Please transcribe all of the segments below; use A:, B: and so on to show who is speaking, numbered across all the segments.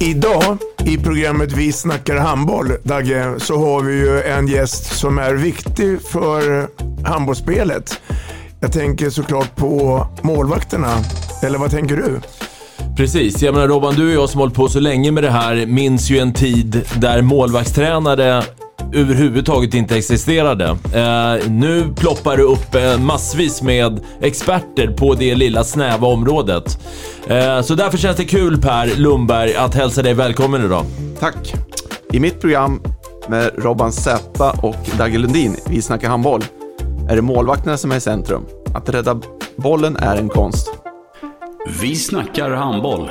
A: Idag i programmet Vi snackar handboll, Dagge, så har vi ju en gäst som är viktig för handbollsspelet. Jag tänker såklart på målvakterna. Eller vad tänker du?
B: Precis, jag menar Robban, du och jag som hållit på så länge med det här minns ju en tid där målvaktstränare överhuvudtaget inte existerade. Eh, nu ploppar det upp eh, massvis med experter på det lilla snäva området. Eh, så därför känns det kul Per Lundberg att hälsa dig välkommen idag.
C: Tack. I mitt program med Robban Z och Dagge Lundin, Vi snackar handboll, är det målvakterna som är i centrum. Att rädda bollen är en konst.
D: Vi snackar handboll.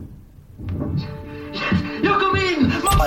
E: Jag kom in! Mamma,